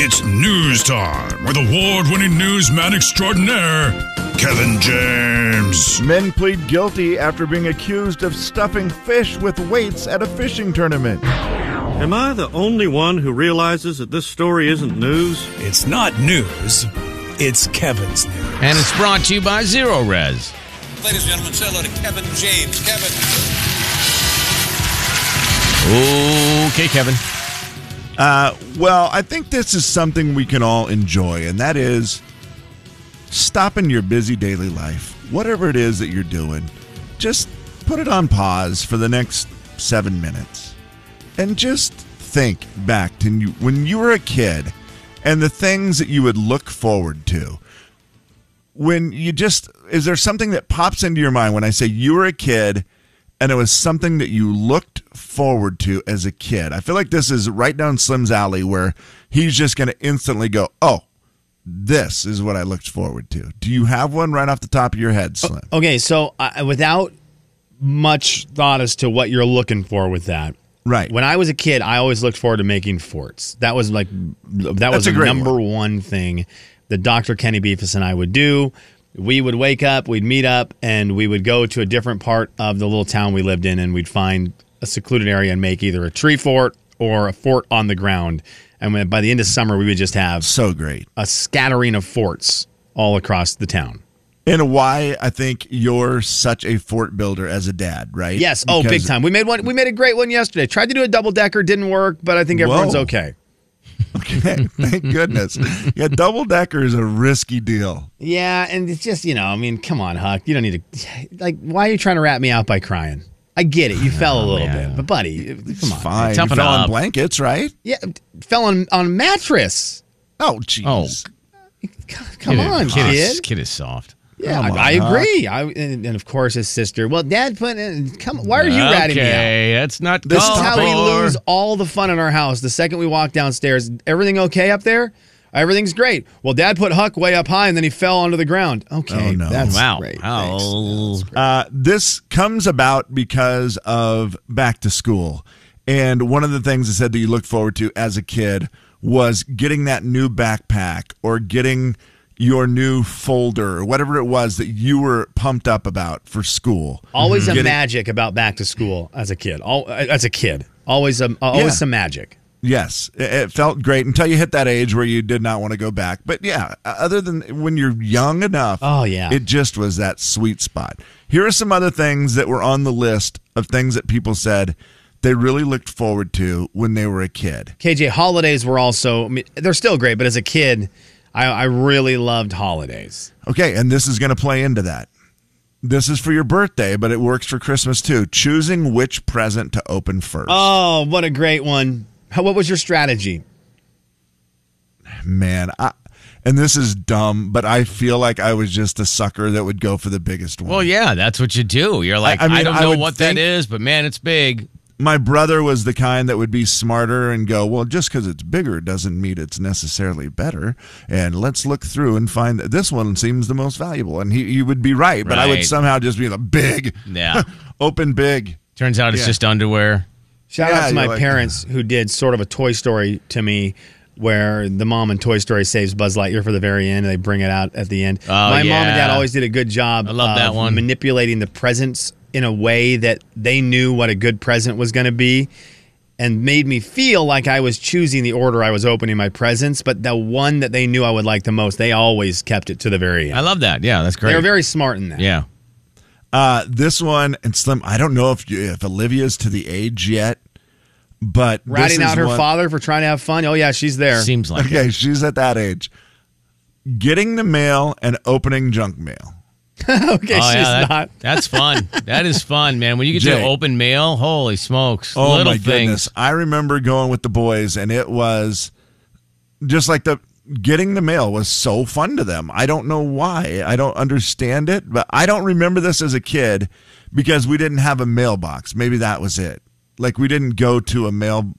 It's news time with award winning newsman extraordinaire, Kevin James. Men plead guilty after being accused of stuffing fish with weights at a fishing tournament. Am I the only one who realizes that this story isn't news? It's not news, it's Kevin's news. And it's brought to you by Zero Res. Ladies and gentlemen, say hello to Kevin James. Kevin. Okay, Kevin. Uh, well, I think this is something we can all enjoy, and that is stopping your busy daily life, whatever it is that you're doing. Just put it on pause for the next seven minutes, and just think back to you- when you were a kid and the things that you would look forward to. When you just is there something that pops into your mind when I say you were a kid? and it was something that you looked forward to as a kid. I feel like this is right down Slim's alley where he's just going to instantly go, oh, this is what I looked forward to. Do you have one right off the top of your head, Slim? Okay, so uh, without much thought as to what you're looking for with that. Right. When I was a kid, I always looked forward to making forts. That was like that was a the great number one thing that Dr. Kenny Beefus and I would do. We would wake up, we'd meet up, and we would go to a different part of the little town we lived in, and we'd find a secluded area and make either a tree fort or a fort on the ground. And when, by the end of summer, we would just have so great. a scattering of forts all across the town. And why I think you're such a fort builder as a dad, right? Yes. Oh, big Because- time. We made one. We made a great one yesterday. Tried to do a double decker, didn't work, but I think everyone's Whoa. okay. Okay. Thank goodness. Yeah, double decker is a risky deal. Yeah, and it's just you know, I mean, come on, Huck. You don't need to. Like, why are you trying to wrap me out by crying? I get it. You fell a Oh, little bit, but buddy, come on. Fine. You Toughen fell on up. blankets, right? Yeah, fell on on a mattress. Oh, jeez. Oh. C- Come on, kid kid. Is, kid is soft. Yeah, Come on, I, I agree. I and, and of course his sister. Well, Dad, put in. Come. Why are you ratting me out? okay, that's not This is called how we for. lose all the fun in our house. The second we walk downstairs, everything okay up there? Everything's great. Well, Dad put Huck way up high and then he fell onto the ground. Okay, Oh, no. that's Wow. great. Thanks. Ow. Uh, this comes about because of back to school. And one of the things I said that you looked forward to as a kid was getting that new backpack or getting your new folder or whatever it was that you were pumped up about for school. Always a Getting- magic about back to school as a kid. All as a kid, always a uh, always Yeah. some magic. Yes, it- it felt great until you hit that age where you did not want to go back. But yeah, other than when you're young enough, Oh, yeah. it just was that sweet spot. Here are some other things that were on the list of things that people said they really looked forward to when they were a kid. KJ, holidays were also. I mean, they're still great, but as a kid, I, I really loved holidays. Okay, and this is going to play into that. This is for your birthday, but it works for Christmas too. Choosing which present to open first. Oh, what a great one! How, what was your strategy? Man, I, and this is dumb, but I feel like I was just a sucker that would go for the biggest one. Well, yeah, that's what you do. You're like, I, I mean, don't I know would what think- that is, but man, it's big. my brother was the kind that would be smarter and go, well, just because it's bigger doesn't mean it's necessarily better. And let's look through and find that this one seems the most valuable. And he, he would be right, but I would Right. somehow just be the big, Yeah. open big. Turns out it's Yeah. just underwear. Shout Yeah, out to you're my like- parents who did sort of a Toy Story to me, where the mom in Toy Story saves Buzz Lightyear for the very end, and they bring it out at the end. Oh, my mom and dad yeah. always did a good job. I love that of one. Manipulating the presents in a way that they knew what a good present was going to be, and made me feel like I was choosing the order I was opening my presents. But the one that they knew I would like the most, they always kept it to the very I end. love that. Yeah, that's great. They were very smart in that. yeah. Uh, this one, and Slim, I don't know if, you, if Olivia's to the age yet, but. this Ratting is out her one- father for trying to have fun. Oh yeah, she's there. Seems like Okay, she's at that age. Getting the mail and opening junk mail. okay, Oh, she's yeah, that- not. That's fun. that is fun, man. When you get to Jay. open mail, holy smokes. Oh Little my things. goodness! I remember going with the boys, and it was just like the getting the mail was so fun to them. I don't know why. I don't understand it, but I don't remember this as a kid because we didn't have a mailbox. Maybe that was it. Like we didn't go to a mail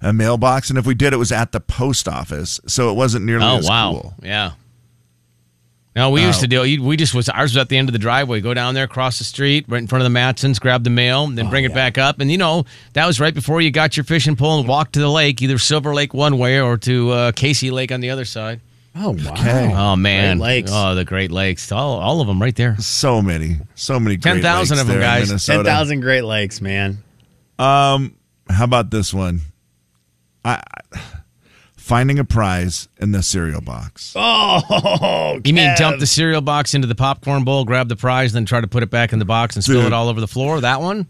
a mailbox, and if we did, it was at the post office, so it wasn't nearly Oh as wow. cool. Yeah. Oh, No, we used to do it. We just was ours was at the end of the driveway. Go down there, cross the street, right in front of the Matsons, grab the mail, and then bring it back up. And you know that was right before you got your fishing pole and walked to the lake, either Silver Lake one way or to uh, Casey Lake on the other side. Oh wow! Oh man, Great Lakes. Oh, the Great Lakes, all all of them right there. So many, so many. Great 10,000 Lakes of 'em, there in guys. Minnesota. Ten thousand Great Lakes, man. How about this one? I I- finding a prize in the cereal box. Oh, You mean Kev. dump the cereal box into the popcorn bowl, grab the prize, then try to put it back in the box and spill Dude. it all over the floor? That one?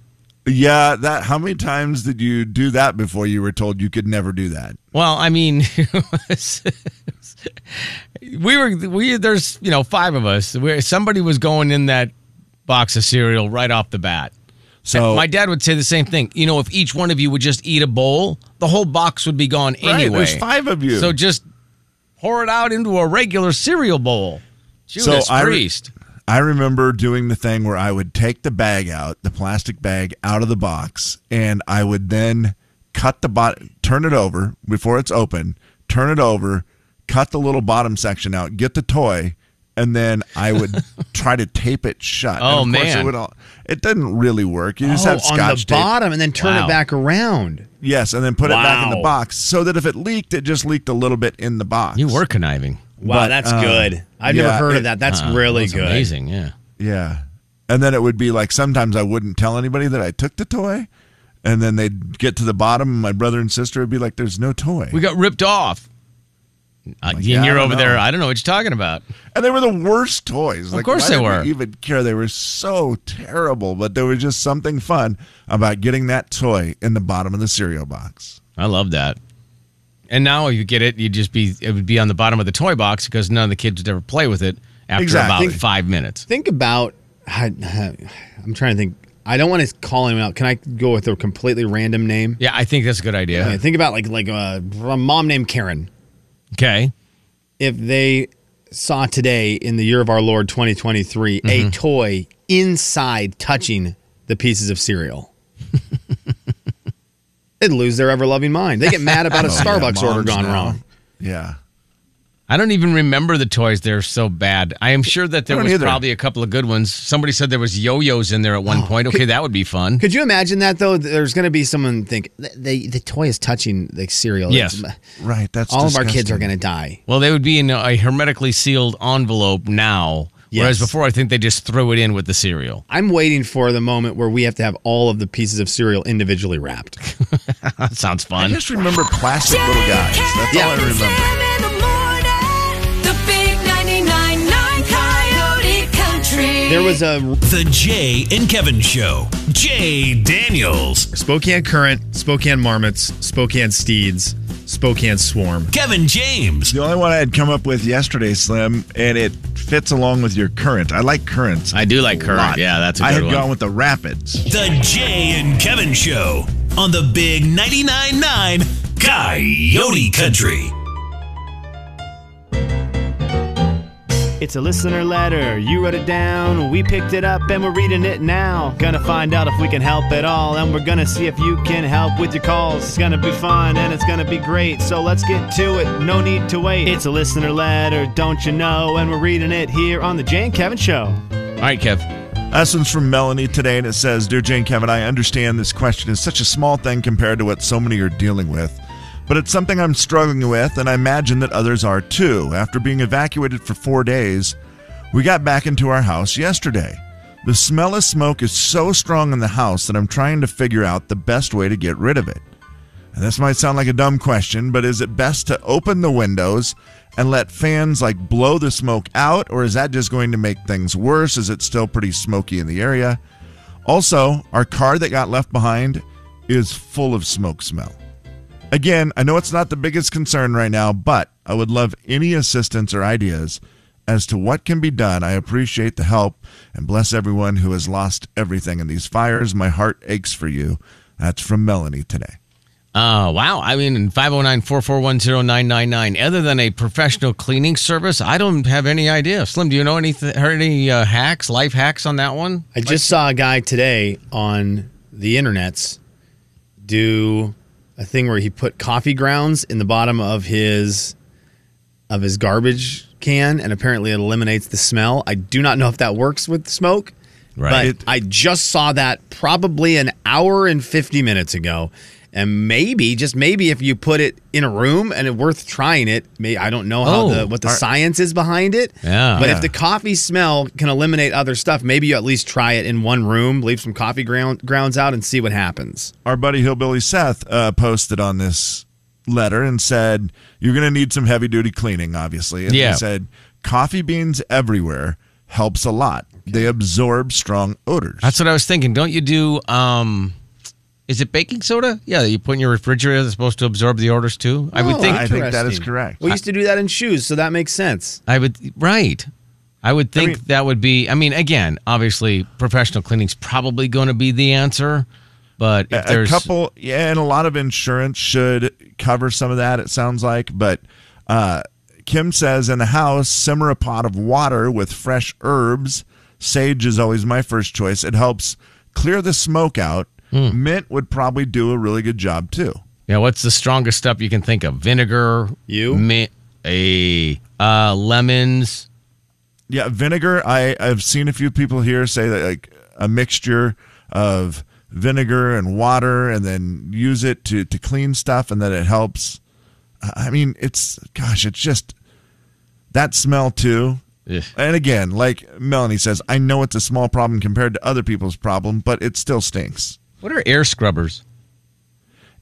Yeah, that. How many times did you do that before you were told you could never do that? Well, I mean, it was- we were we there's you know five of us. Where somebody was going in that box of cereal right off the bat. So My dad would say the same thing. You know, if each one of you would just eat a bowl, the whole box would be gone Right, anyway. there's five of you. So just pour it out into a regular cereal bowl. Judas I re- Priest. I remember doing the thing where I would take the bag out, the plastic bag out of the box, and I would then cut the bottom, turn it over before it's open, turn it over, cut the little bottom section out, get the toy, and then I would try to tape it shut. Oh, and of course man. it would all. It doesn't really work. You just Oh, have on scotch the tape. bottom and then turn Wow. it back around. Yes, and then put it back in the Wow. box so that if it leaked, it just leaked a little bit in the box. You were conniving. Wow, But, that's uh, good. I've never yeah, heard it- of that. That's Uh, really that's good. Amazing, yeah. Yeah. And then it would be like sometimes I wouldn't tell anybody that I took the toy. And then they'd get to the bottom, and my brother and sister would be like, there's no toy. We got ripped off. Uh, and yeah, I you're don't over know. there. I don't know what you're talking about. and they were the worst toys. Of course they were. even care. They were so terrible, but there was just something fun about getting that toy in the bottom of the cereal box. I love that. And now you get it, you'd just be it would be on the bottom of the toy box because none of the kids would ever play with it after Exactly. about five minutes. Think about. I, am trying to think. I don't want to call anyone out. Can I go with a completely random name? Yeah, I think that's a good idea. Okay, think about like like uh, a mom named Karen. Okay. If they saw today in the year of our Lord 2023 a toy inside touching the pieces of cereal, they'd lose their ever loving mind. They get mad about a Oh, yeah, Starbucks order moms gone now. wrong. Yeah. I don't even remember the toys. They're so bad. I am sure that there don't was either. probably a couple of good ones. Somebody said there was yo-yos in there at Oh, one point. Okay, that would be fun. Could you imagine that though? There's going to be someone think the, the the toy is touching the cereal. Yes. It's- Right. That's all of our kids disgusting. are going to die. Well, they would be in a hermetically sealed envelope now, whereas Yes. before I think they just threw it in with the cereal. I'm waiting for the moment where we have to have all of the pieces of cereal individually wrapped. That sounds I fun. just remember plastic little guys. That's all I remember. There was a The Jay and Kevin Show. Jay Daniels. Spokane Current, Spokane Marmots, Spokane Steeds, Spokane Swarm. Kevin James. The only one I had come up with yesterday, Slim, and it fits along with your current. I like currents. I do like a current. lot. Yeah, that's a I good had one. gone with the rapids. The Jay and Kevin Show on the Big 99.9 9 Coyote Country. It's a listener letter. You wrote it down. We picked it up and we're reading it now. Gonna find out if we can help at all. And we're gonna see if you can help with your calls. It's gonna be fun and it's gonna be great. So let's get to it. No need to wait. It's a listener letter, don't you know? And we're reading it here on The Jay and Kevin Show. All right, Kev. This one's from Melanie today, and it says Dear Jane Kevin, I understand this question is such a small thing compared to what so many are dealing with, but it's something I'm struggling with, and I imagine that others are too. After being evacuated for four days, we got back into our house yesterday. The smell of smoke is so strong in the house that I'm trying to figure out the best way to get rid of it. And this might sound like a dumb question, but is it best to open the windows and let fans like blow the smoke out, or is that just going to make things worse? Is it still pretty smoky in the area? Also, our car that got left behind is full of smoke smell. Again, I know it's not the biggest concern right now, but I would love any assistance or ideas as to what can be done. I appreciate the help and bless everyone who has lost everything in these fires. My heart aches for you. That's from Melanie today. Uh, wow. I mean, 509 441 999 Other than a professional cleaning service, I don't have any idea. Slim, do you know any, heard any uh, hacks, life hacks on that one? I just saw a guy today on the internets do a thing where he put coffee grounds in the bottom of his of his garbage can, and apparently it eliminates the smell. I do not know if that works with smoke. But Right. I just saw that probably an hour and 50 minutes ago. And maybe, just maybe, if you put it in a room and it worth trying it, may, I don't know how Oh, the, what the are- science is behind it. Yeah. But Yeah. if the coffee smell can eliminate other stuff, maybe you at least try it in one room, leave some coffee ground, grounds out, and see what happens. our buddy Hillbilly Seth uh, posted on this letter and said, You're going to need some heavy duty cleaning, obviously. And Yeah. he said, Coffee beans everywhere helps a lot. They absorb strong odors. That's what I was thinking. Don't you do? um Is it baking soda? Yeah, that you put in your refrigerator that's supposed to absorb the odors too. I would Oh, think. I think that is Interesting. correct. We used to do that in shoes, so that makes sense. I would right. I would think that would be. I mean, again, obviously, professional cleaning's probably going to be the answer, but if a, a there's couple, yeah, and a lot of insurance should cover some of that, it sounds like. But uh, Kim says, In the house, simmer a pot of water with fresh herbs. Sage is always my first choice. It helps clear the smoke out. Hmm. Mint would probably do a really good job too. yeah, what's the strongest stuff you can think of? Vinegar, You? mint, a uh, lemons. Yeah, vinegar. I I've seen a few people here say that like a mixture of vinegar and water, and then use it to to clean stuff, and that it helps. I- I mean, it's gosh, it's just that smell too. Ugh. And again, like Melanie says, I know it's a small problem compared to other people's problem, but it still stinks. What are air scrubbers?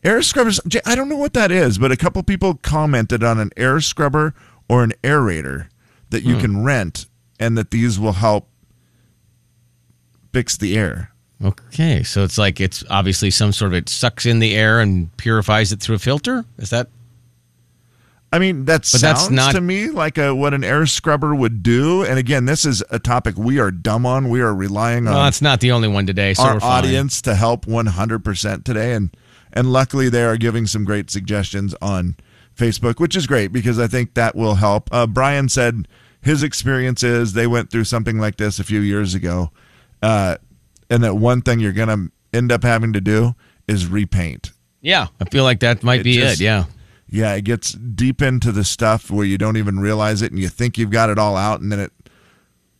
Air scrubbers. J- I don't know what that is, but a couple people commented on an air scrubber or an aerator that Hmm. you can rent, and that these will help fix the air. Okay, so it's like it's obviously some sort of it sucks in the air and purifies it through a filter. Is that I mean, that But that's sounds not- to me like a, what an air scrubber would do. And again, this is a topic we are dumb on. We are relying on well? That's not the only one today. So Um, our we're fine. audience to help 100% today and and luckily they are giving some great suggestions on facebook which is great because i think that will help uh, brian said his experience is they went through something like this a few years ago uh, and that one thing you're gonna end up having to do is repaint Yeah, I feel like that might It be just- it. Yeah. yeah it gets deep into the stuff where you don't even realize it and you think you've got it all out and then it Oh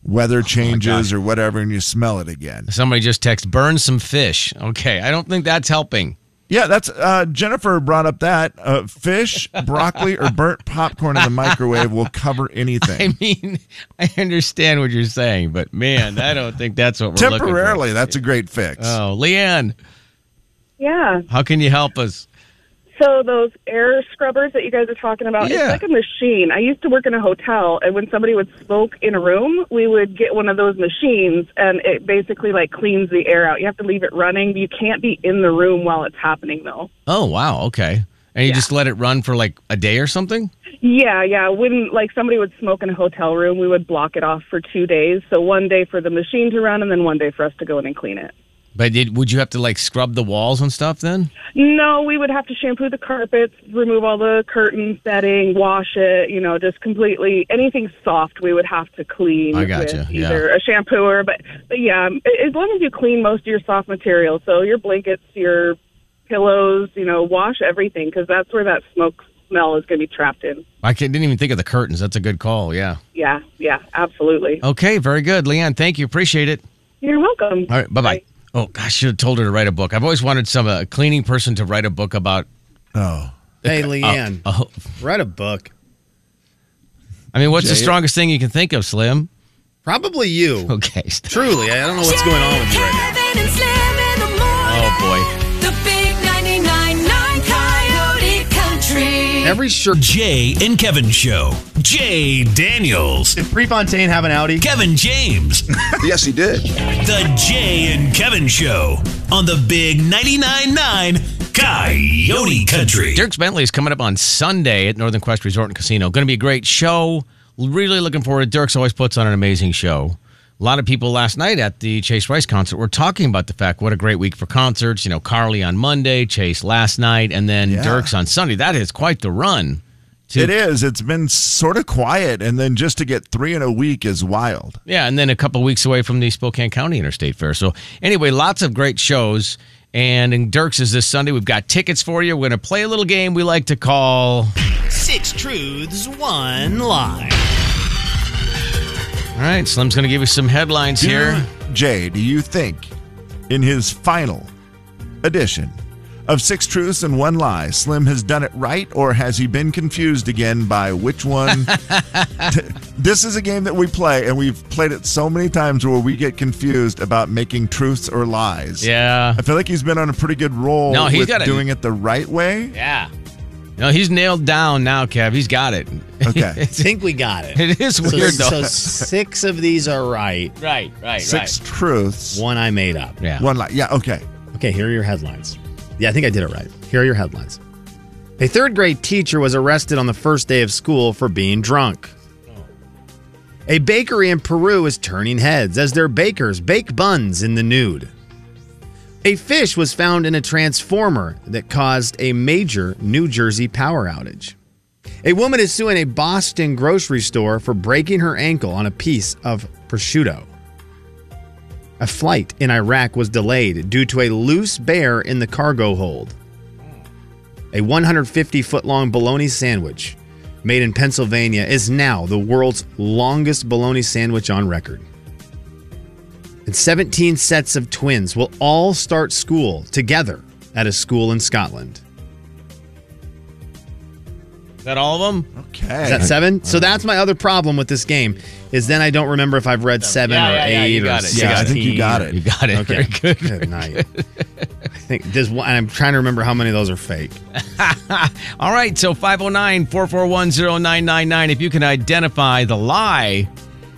weather changes or whatever and you smell it again Somebody just text burn some fish. Okay, I don't think that's helping. Yeah, that's uh, Jennifer brought up that uh, fish, broccoli, or burnt popcorn in the microwave will cover anything. I mean, I understand what you're saying, but man, I don't think that's what we're looking for. Temporarily, that's a great fix. Oh, Leanne, Yeah. how can you help us? So those air scrubbers that you guys are talking about, Yeah. it's like a machine. I used to work in a hotel, and when somebody would smoke in a room, we would get one of those machines, and it basically like cleans the air out. You have to leave it running. You can't be in the room while it's happening, though. Oh, wow. Okay. And you just let it run for like a day or something? Yeah, yeah. When like somebody would smoke in a hotel room, we would block it off for two days. So one day for the machine to run, and then one day for us to go in and clean it. But did, would you have to like scrub the walls and stuff then? No, we would have to shampoo the carpets, remove all the curtain setting, wash it, you know, just completely anything soft we would have to clean I gotcha, with yeah. either a shampooer, but but yeah, um, a- as long as you clean most of your soft material, so your blankets, your pillows, you know, wash everything cuz that's where that smoke smell is going to be trapped in. I can, didn't even think of the curtains. That's a good call. Yeah. Yeah, yeah, absolutely. Okay, very good. Leanne, thank you. Appreciate it. You're welcome. All right, bye bye. Oh, gosh, I should have told her to write a book. I've always wanted some uh, cleaning person to write a book about. Oh. Hey, Leanne, Oh, write a book. I mean, what's the strongest thing you can think of, Slim? Probably you. Okay. stop. Truly, I don't know what's going on with you right now. Kevin and Slim in the morning. Oh, boy. The big 99.9 Coyote Country. Every shirt. Jay and Kevin Show. Jay Daniels. Did Prefontaine have an Audi? Kevin James. Yes, he did. The Jay and Kevin Show on the Big 99.9 9 Coyote Country. Dirks Bentley is coming up on Sunday at Northern Quest Resort and Casino. Going to be a great show. Really looking forward. Dirks always puts on an amazing show. A lot of people last night at the Chase Rice concert were talking about the fact what a great week for concerts. You know, Carly on Monday, Chase last night, and then Yeah. Dirks on Sunday. That is quite the run. To, It is. It's been sort of quiet, and then just to get three in a week is wild. Yeah, and then a couple weeks away from the Spokane County Interstate Fair. So anyway, lots of great shows. And in Dirks is this Sunday. We've got tickets for you. We're going to play a little game we like to call. Six truths, one lie. All right, Slim's going to give you some headlines Do- here. Jay, do you think in his final edition of Six Truths and One Lie, Slim has done it right, or has he been confused again by which one? T- this is a game that we play, and we've played it so many times where we get confused about making truths or lies. Yeah. I feel like he's been on a pretty good roll No, he's with got a- doing it the right way. Yeah. No, he's nailed down now, Kev. He's got it. Okay. I think we got it. it is So- weird, so though. six of these are right. right, right, Six truths, One I made up. Yeah. one lie. Yeah, okay. Okay, here are your headlines. Yeah, I think I did it right. Here are your headlines. A third grade teacher was arrested on the first day of school for being drunk. A bakery in Peru is turning heads as their bakers bake buns in the nude. A fish was found in a transformer that caused a major New Jersey power outage. A woman is suing a Boston grocery store for breaking her ankle on a piece of prosciutto. A flight in Iraq was delayed due to a loose bear in the cargo hold. A 150 foot long bologna sandwich made in Pennsylvania is now the world's longest bologna sandwich on record. And 17 sets of twins will all start school together at a school in Scotland. Is that all of them? Okay. Is that seven? So that's my other problem with this game is then I don't remember if I've read seven Yeah, or yeah, eight yeah, you or got it. You yeah, I think you 16 got or- it. You got it. Okay. Very good. night. I think there's one, and I'm trying to remember how many of those are fake. All right, so 509 441 0999. If you can identify the lie,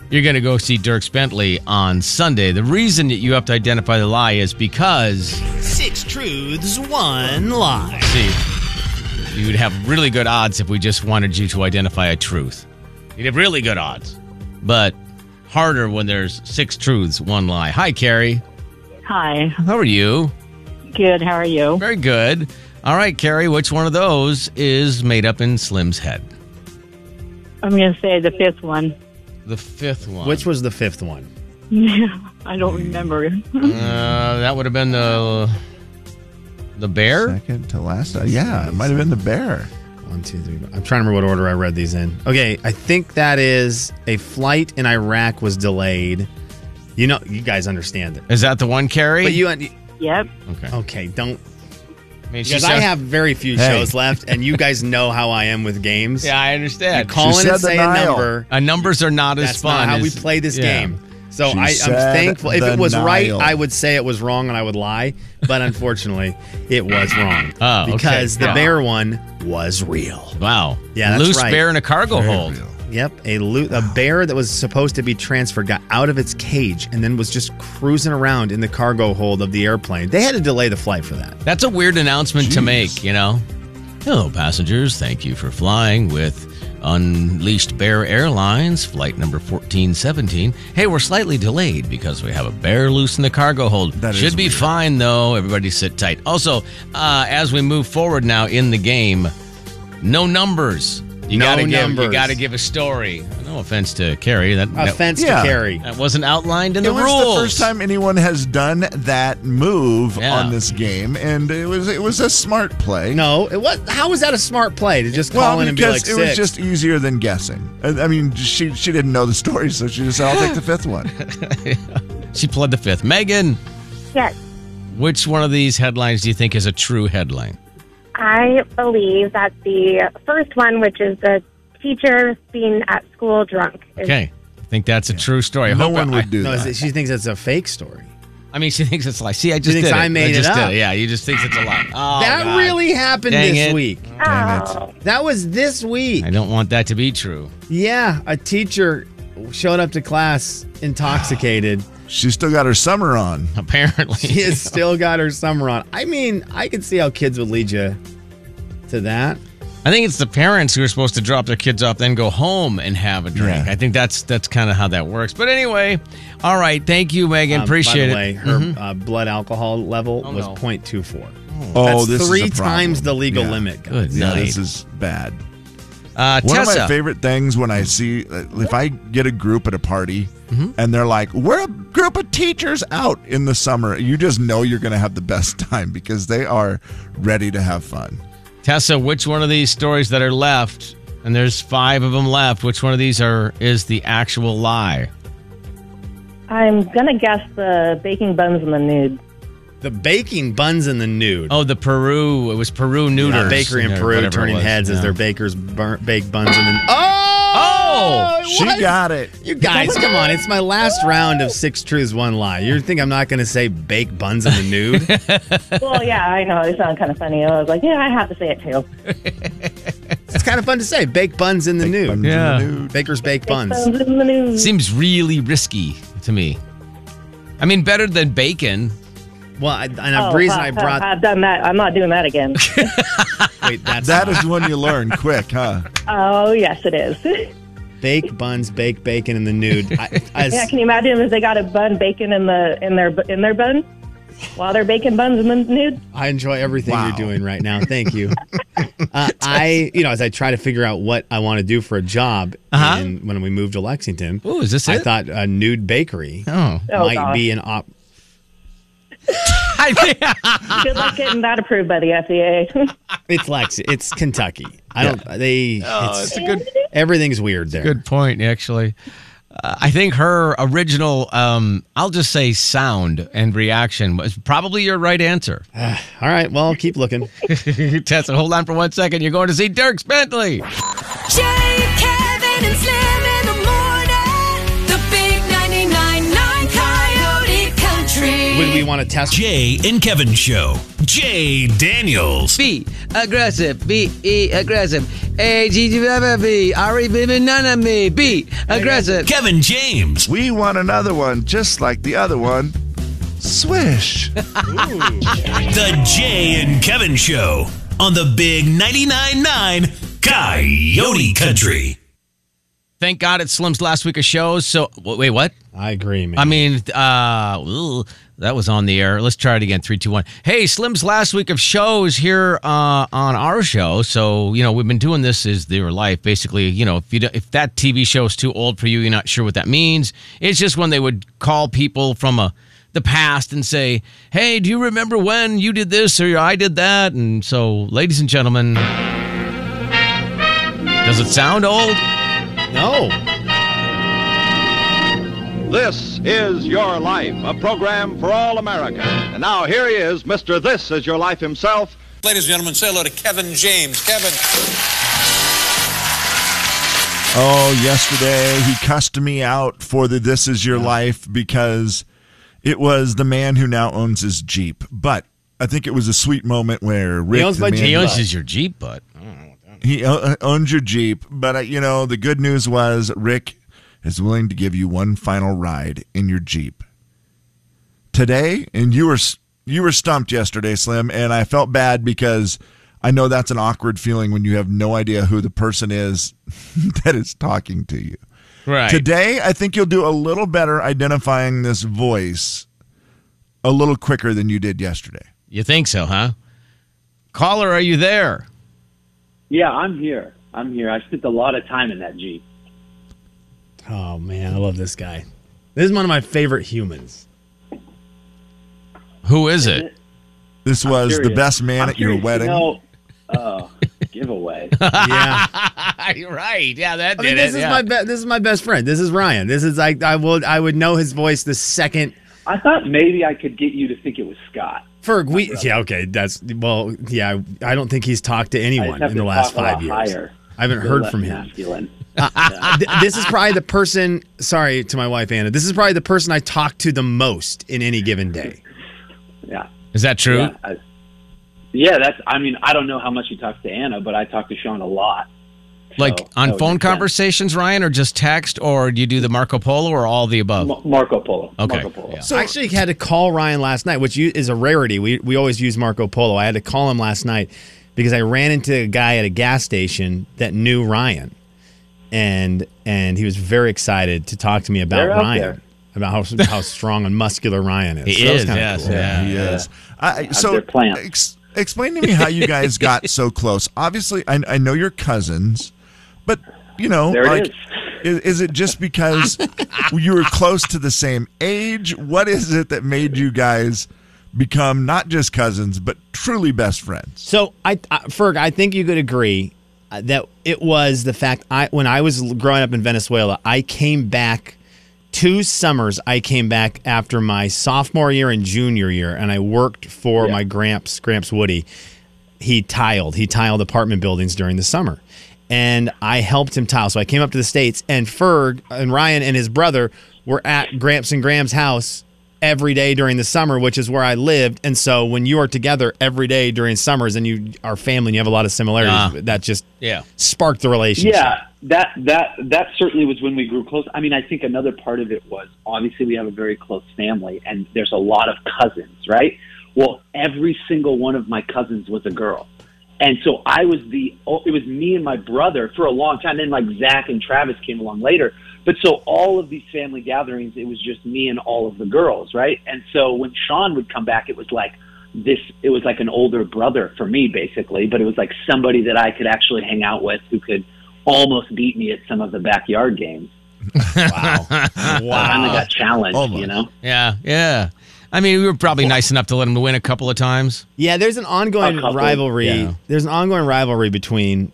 you're going to go see Dirk Bentley on Sunday. The reason that you have to identify the lie is because, Six truths, one lie. see, you would have really good odds if we just wanted you to identify a truth. You'd have really good odds, but harder when there's six truths, one lie. Hi, Carrie. Hi. How are you? Good. How are you? Very good. All right, Carrie, which one of those is made up in Slim's head? I'm going to say the fifth one. The fifth one. Which was the fifth one? I don't remember. Uh, that would have been the the bear. Second to last. uh, Yeah, it might have been the bear. One, two, three. four. I'm trying to remember what order I read these in. Okay, I think that is a flight in Iraq was delayed. You know, you guys understand it. Is that the one, Carrie? But you, yep. okay? okay, don't. I mean, she Because I said- have very few Hey. shows left, and you guys know how I am with games. Yeah, I You understand. call She in and said the say a Nile. number. Uh, numbers are not as That's fun. not how we as- play this yeah. game. So She I, I'm said thankful. If the it was right, Nile. I would say it was wrong and I would lie. But unfortunately, it was wrong Oh, okay. because the Yeah. bear one was real. Wow. Yeah, that's loose right. bear in a cargo hold. Yep, a lo- a bear that was supposed to be transferred got out of its cage and then was just cruising around in the cargo hold of the airplane. They had to delay the flight for that. That's a weird announcement to make. You know, hello passengers. Thank you for flying with Unleashed Bear Airlines, flight number fourteen seventeen. Hey, we're slightly delayed because we have a bear loose in the cargo hold. That is Should be weird. fine though. Everybody sit tight. Also, uh, as we move forward now in the game, no numbers. You No gotta give. You numbers. gotta give a story. No offense to Carrie. That that- Offense Yeah. to carry. That wasn't outlined in it the was rules. the first time anyone has done that move Yeah. on this game, and it was it was a smart play. No, it was. How was that a smart play to just call well, in and be like because six? it was just easier than guessing. I I mean, she she didn't know the story, so she just said, "I'll take the fifth one." She pled the fifth. Megan, Yes, which one of these headlines do you think is a true headline? I believe that the first one, which is the teacher being at school drunk, is Okay. I think that's a true story. I no hope- one would I, do no, that. is it- she thinks it's a fake story. I mean, she thinks it's a lie. See, I just thinks did I made it just did up. Yeah, you just thinks it's a lie. Oh, that God. really happened Dang this it. week. Damn Oh, That was this week. I don't want that to be true. Yeah, a teacher showed up to class intoxicated. She's still got her summer on. she Apparently. has still got her summer on. I mean, I could see how kids would lead you to that. Um, I think it's the parents who are supposed to drop their kids off, then go home and have a drink. Yeah. I think that's that's kind of how that works. But anyway, all right. Thank you, Megan. Um, Appreciate by the it. Mm-hmm. Way, her uh, blood alcohol level Oh, was no. 0.24. Oh, That's this three is a problem. times the legal Yeah. limit. guys. Good Yeah, night. this is bad. uh, One Tessa. of my favorite things when I see, if I get a group at a party Mm-hmm. and they're like, we're a group of teachers out in the summer, you just know you're going to have the best time because they are ready to have fun. Tessa, which one of these stories that are left, and there's five of them left, which one of these are is the actual lie? I'm gonna guess the baking buns and the nude. The baking buns in the nude. Oh, the Peru. It was Peru noodles. A bakery in Yeah, Peru whatever it turning was, heads as yeah. their bakers bur- bake buns in the. Oh! Oh, she got it. You guys, come on. It's my last round of six truths, one lie. You think I'm not going to say bake buns in the nude? well, yeah, I know it sounded kind of funny. I was like, yeah, I have to say it too. it's kind of fun to say bake buns in the nude. Yeah. Baker's baked buns. Buns in the nude. Seems really risky to me. I mean, better than bacon. Well, I, and Oh, ha, ha, I've done that. I'm not doing that again. Wait, that's That is one you learn quick, huh? oh yes, it is. Bake buns, bake bacon in the nude. I, I, yeah, can you imagine if they got a bun bacon in the in their in their bun while they're baking buns in the nude? I enjoy everything you're doing right now. Thank you. uh, I, you know, as I try to figure out what I want to do for a job, and when we moved to Lexington, Ooh, is this I it? thought a nude bakery Oh. Oh, might gosh. be an op. Good luck getting that approved by the FDA. It's Lex. It's Kentucky. I don't. They. Oh, it's a good- Everything's weird there. Good point, actually. Uh, I think her original, um, I'll just say sound and reaction was probably your right answer. all right. Well, keep looking. Tessa, hold on for one second. You're going to see Dirk Bentley. Jay, Kevin, and Slim in the morning. The big 99.9 Coyote Country. Would we want to test Jay and Kevin show? Jay Daniels. B aggressive. B E aggressive. A G G B R E B B none of me. B aggressive. Kevin James. We want another one just like the other one. Swish. The Jay and Kevin show on the big 99.9 9 Coyote Country. Thank God it's Slim's last week of shows. So, w- wait, what? I agree, man. I mean, uh, ooh, that was on the air. Let's try it again. Three, two, one. Hey, Slim's last week of shows here uh, on our show. So you know we've been doing this is their life. Basically, you know if you don't, if that TV show is too old for you, you're not sure what that means. It's just when they would call people from a the past and say, "Hey, do you remember when you did this or I did that?" And so, ladies and gentlemen, does it sound old? No. This is Your Life, a program for all America. And now here he is, Mr. This is Your Life himself. Ladies and gentlemen, say hello to Kevin James. Kevin. Oh, yesterday he cussed me out for the This Is Your Life because it was the man who now owns his Jeep. But I think it was a sweet moment where Rick. he owns the my man- Jeep. He owns his- your Jeep, but He o- owns your Jeep. But, uh, you know, the good news was Rick is willing to give you one final ride in your Jeep. Today, and you were s- you were stumped yesterday, Slim, and I felt bad because I know that's an awkward feeling when you have no idea who the person is that is talking to you. right. Today, I think you'll do a little better identifying this voice a little quicker than you did yesterday. You think so, huh? Caller, are you there? Yeah, I'm here. I'm here. I spent a lot of time in that Jeep. Oh man, I love this guy. This is one of my favorite humans. Who is it? This I'm was the curious. best man I'm at your curious to wedding. know- Oh, giveaway. Yeah. You're right. Yeah, that I mean, this is my be- this is my best friend. This is Ryan. This is like I would I would know his voice the second. I thought maybe I could get you to think it was Scott. Ferg, we yeah okay that's well yeah I don't think he's talked to anyone have in the to last talk a five lot years. higher. I haven't Feel heard less from him. Masculine. Uh, uh, th- this is probably the person. Sorry to my wife Anna. This is probably the person I talk to the most in any given day. Yeah. Is that true? Yeah, I, yeah, that's. I mean, I don't know how much you talk to Anna, but I talk to Sean a lot. Like So, that on would phone make sense. conversations, Ryan, or just text, or do you do the Marco Polo or all the above? Marco Polo. Okay. Marco Polo. So I actually had to call Ryan last night, which you- is a rarity. We we always use Marco Polo. I had to call him last night because I ran into a guy at a gas station that knew Ryan, and and he was very excited to talk to me about They're out Ryan, there. about how how strong and muscular Ryan is. He that was is, kinda yes, yeah, he is. I, Out so there plant. ex- explain to me how you guys got so close. Obviously, I, I know you're cousins, but you know, There it like, is. is it just because you were close to the same age? What is it that made you guys become not just cousins but truly best friends? So I, I Ferg, I think you could agree uh, that it was the fact I when I was l- growing up in Venezuela, I came back two summers I came back after my sophomore year and junior year, and I worked for my Gramps, Gramps Woody. He tiled, he tiled apartment buildings during the summer. And I helped him tile. So I came up to the States, and Ferg and Ryan and his brother were at Gramps and Graham's house every day during the summer, which is where I lived. And so when you are together every day during summers and you are family and you have a lot of similarities, Ah. that just Yeah. sparked the relationship. Yeah, that that that certainly was when we grew close. I mean, I think another part of it was obviously we have a very close family, and there's a lot of cousins, right? Well, every single one of my cousins was a girl, and so I was the oh, it was me and my brother for a long time. Then like Zach and Travis came along later, but so all of these family gatherings, it was just me and all of the girls, right? And so when Sean would come back, it was like this it was like an older brother for me basically but it was like somebody that i could actually hang out with who could almost beat me at some of the backyard games. wow. I finally got challenged, Almost. you know? Yeah, yeah. I mean, we were probably nice enough to let him win a couple of times. Yeah, there's an ongoing A couple, rivalry. yeah. There's an ongoing rivalry between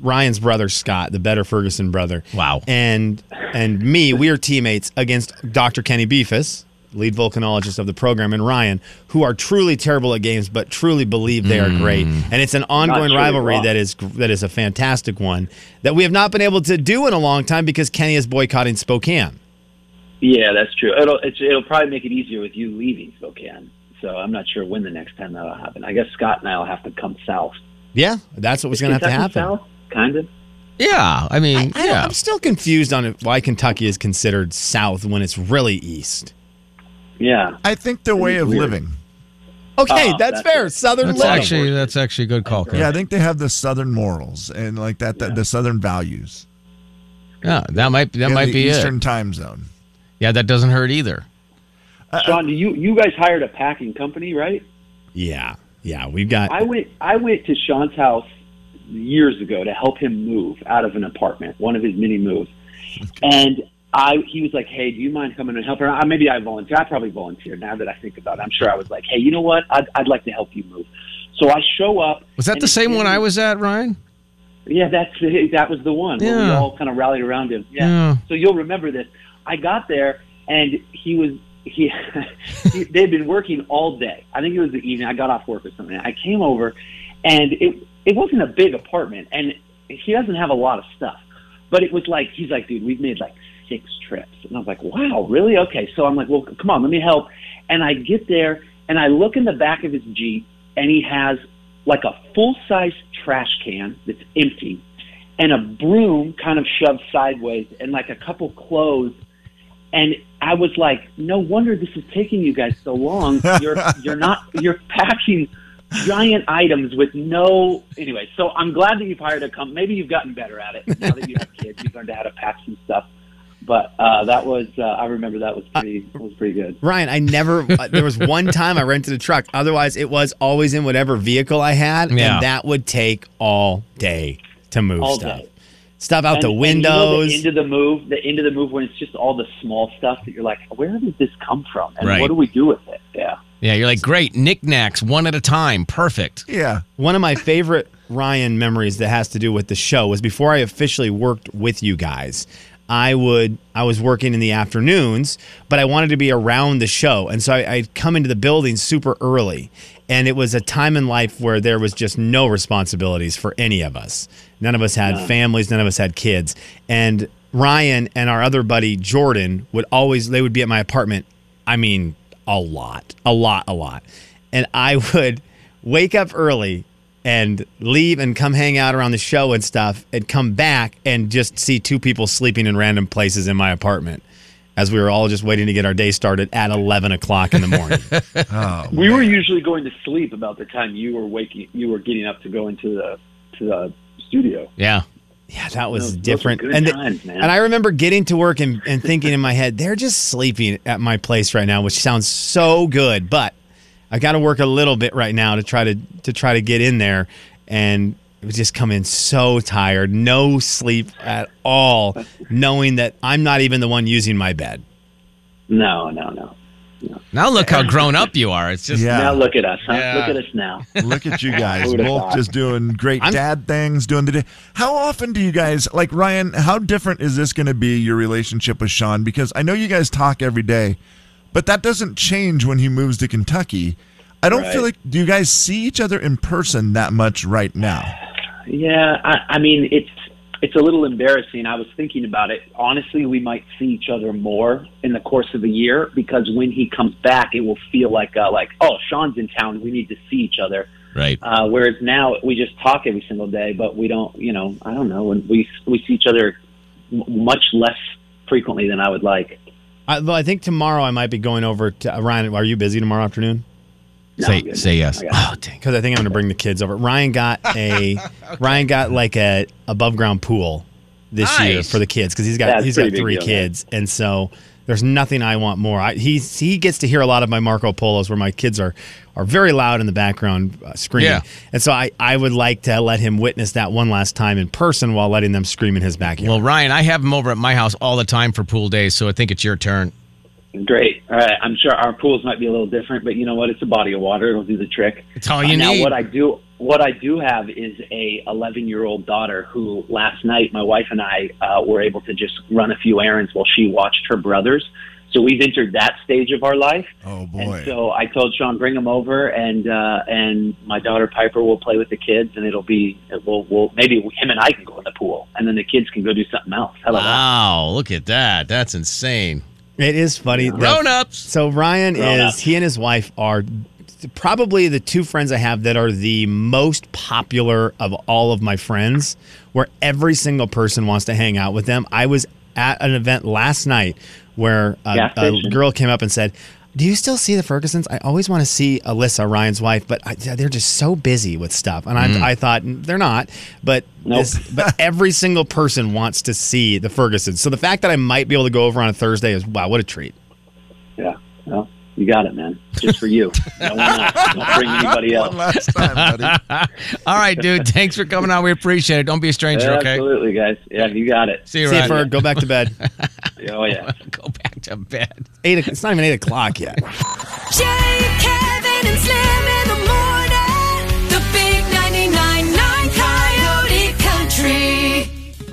Ryan's brother Scott, the better Ferguson brother. Wow. And and me, we are teammates against Dr. Kenny Beefus, lead volcanologist of the program, and Ryan, who are truly terrible at games, but truly believe they are great. And it's an ongoing truly rivalry wrong. that is that is a fantastic one that we have not been able to do in a long time because Kenny is boycotting Spokane. Yeah, that's true. It'll it's, it'll probably make it easier with you leaving Spokane. So I'm not sure when the next time that'll happen. I guess Scott and I'll have to come south. Yeah, that's what was Is going to have to Kentucky happen. South, kind of. Yeah, I mean, I, am still confused on it- why Kentucky is considered South when it's really East. Yeah, Uh, I think their way of weird. living. Okay, Oh, Ah, that's that's, fair. it. Southern That's living. actually that's actually a good call. Kirk. Yeah, I think they have the southern morals and like that, the, the southern values. Yeah, that might that in might the be Eastern it. time zone. Yeah, that doesn't hurt either. uh, Sean, do you you guys hired a packing company, right? yeah, yeah. We've got I went I went to Sean's house years ago to help him move out of an apartment, one of his mini moves. And I he was like, Hey, do you mind coming and helping out? Maybe I volunteered. I probably volunteered now that I think about it. I'm sure I was like, Hey, you know what? I'd I'd like to help you move. So I show up Was that and the it's same one him- I was at, Ryan? yeah, that's that was the one. where we Yeah. all kind of rallied around him. Yeah. Yeah. So you'll remember this. I got there and he was he, he they'd been working all day. I think it was the evening. I got off work or something. I came over and it it wasn't a big apartment and he doesn't have a lot of stuff. But it was like he's like, dude, we've made like six trips. And I was like, Wow, really? Okay. So I'm like, Well come on, let me help and I get there and I look in the back of his Jeep and he has like a full size trash can that's empty and a broom kind of shoved sideways and like a couple clothes and I was like, no wonder this is taking you guys so long. You're you're not you're packing giant items with no anyway, so I'm glad that you've hired a company. Maybe you've gotten better at it now that you have kids, you've learned how to pack some stuff. But uh, that was uh, I remember that was pretty Uh, was pretty good. Ryan, I never. uh, there was one time I rented a truck. Otherwise, it was always in whatever vehicle I had, Yeah. and that would take all day to move All stuff. day. Stuff out And- the and you know windows. the end of the move, the end of the move when it's just all the small stuff that you're like, where did this come from, and Right. what do we do with it? Yeah. Yeah, you're like great knickknacks one at a time, perfect. Yeah. One of my favorite Ryan memories that has to do with the show was before I officially worked with you guys. I would I was working in the afternoons, but I wanted to be around the show, and so I, I'd come into the building super early. And it was a time in life where there was just no responsibilities for any of us. None of us had Yeah. families. None of us had kids. And Ryan and our other buddy Jordan would always they would be at my apartment. I mean, a lot, a lot, a lot. And I would wake up early and leave and come hang out around the show and stuff, and come back and just see two people sleeping in random places in my apartment as we were all just waiting to get our day started at eleven o'clock in the morning. oh, We were usually going to sleep about the time you were waking, you were getting up to go into the to the studio. Yeah. Yeah, that Those- was those were different. good and, the- times, man. and I remember getting to work and, and thinking in my head, they're just sleeping at my place right now, which sounds so good, but I got to work a little bit right now to try to to try to get in there and it would just come in so tired, no sleep at all, knowing that I'm not even the one using my bed. No, no, no. Now look how grown up you are. It's just Yeah. Now look at us, huh? Yeah. Look at us now. Look at you guys, Who'da both thought? just doing great dad things, doing the day. How often do you guys like Ryan? How different is this going to be your relationship with Sean? Because I know you guys talk every day, but that doesn't change when he moves to Kentucky. I don't feel like Right. do you guys see each other in person that much right now? Yeah, I, I mean it's it's a little embarrassing. I was thinking about it. Honestly, we might see each other more in the course of the year because when he comes back, it will feel like uh, like oh, Sean's in town. We need to see each other. Right. Uh, whereas now we just talk every single day, but we don't. You know, I don't know. And we we see each other m- much less frequently than I would like. I, though I think tomorrow I might be going over to uh, Ryan. Are you busy tomorrow afternoon? Say- I'm good. say yes. I Oh dang! Because I think I'm going to bring the kids over. Ryan got a Ryan got like a above ground pool this year Nice. for the kids because he's got That's he's got pretty big three deal, kids, and so there's nothing I want more. I, he he gets to hear a lot of my Marco Polos where my kids are are very loud in the background uh, screaming, Yeah. and so I I would like to let him witness that one last time in person while letting them scream in his backyard. Well, Ryan, I have him over at my house all the time for pool days, so I think it's your turn. Great. All right. I'm sure our pools might be a little different, but you know what? It's a body of water. It'll do the trick. It's all you now, need. What I do, what I do have is a 11 year old daughter who last night my wife and I uh, were able to just run a few errands while she watched her brothers. So we've entered that stage of our life. Oh And so I told Sean, bring them over, and uh, and my daughter Piper will play with the kids, and it'll be we'll, we'll maybe him and I can go in the pool, and then the kids can go do something else. How about that? Wow, look at that. That's insane. It is funny. that- Grown-ups. So Ryan Grown-ups. is he and his wife are probably the two friends I have that are the most popular of all of my friends, where every single person wants to hang out with them. I was at an event last night where a, Gas a station. girl came up and said. Do you still see the Fergusons? I always want to see Alyssa, Ryan's wife, but I, they're just so busy with stuff. And Mm. I, I thought they're not, but this, but every single person wants to see the Fergusons. So the fact that I might be able to go over on a Thursday is wow, what a treat. Yeah. Well, you got it, man. Just for you. No one else. Don't bring anybody else. last time, buddy. all right, dude. Thanks for coming on. We appreciate it. Don't be a stranger, okay? Absolutely, guys. Yeah, you got it. See you, Ryan. Ferg. Go back to bed. oh yeah. Go back to bed. Eight. o- It's not even eight o'clock yet. Jay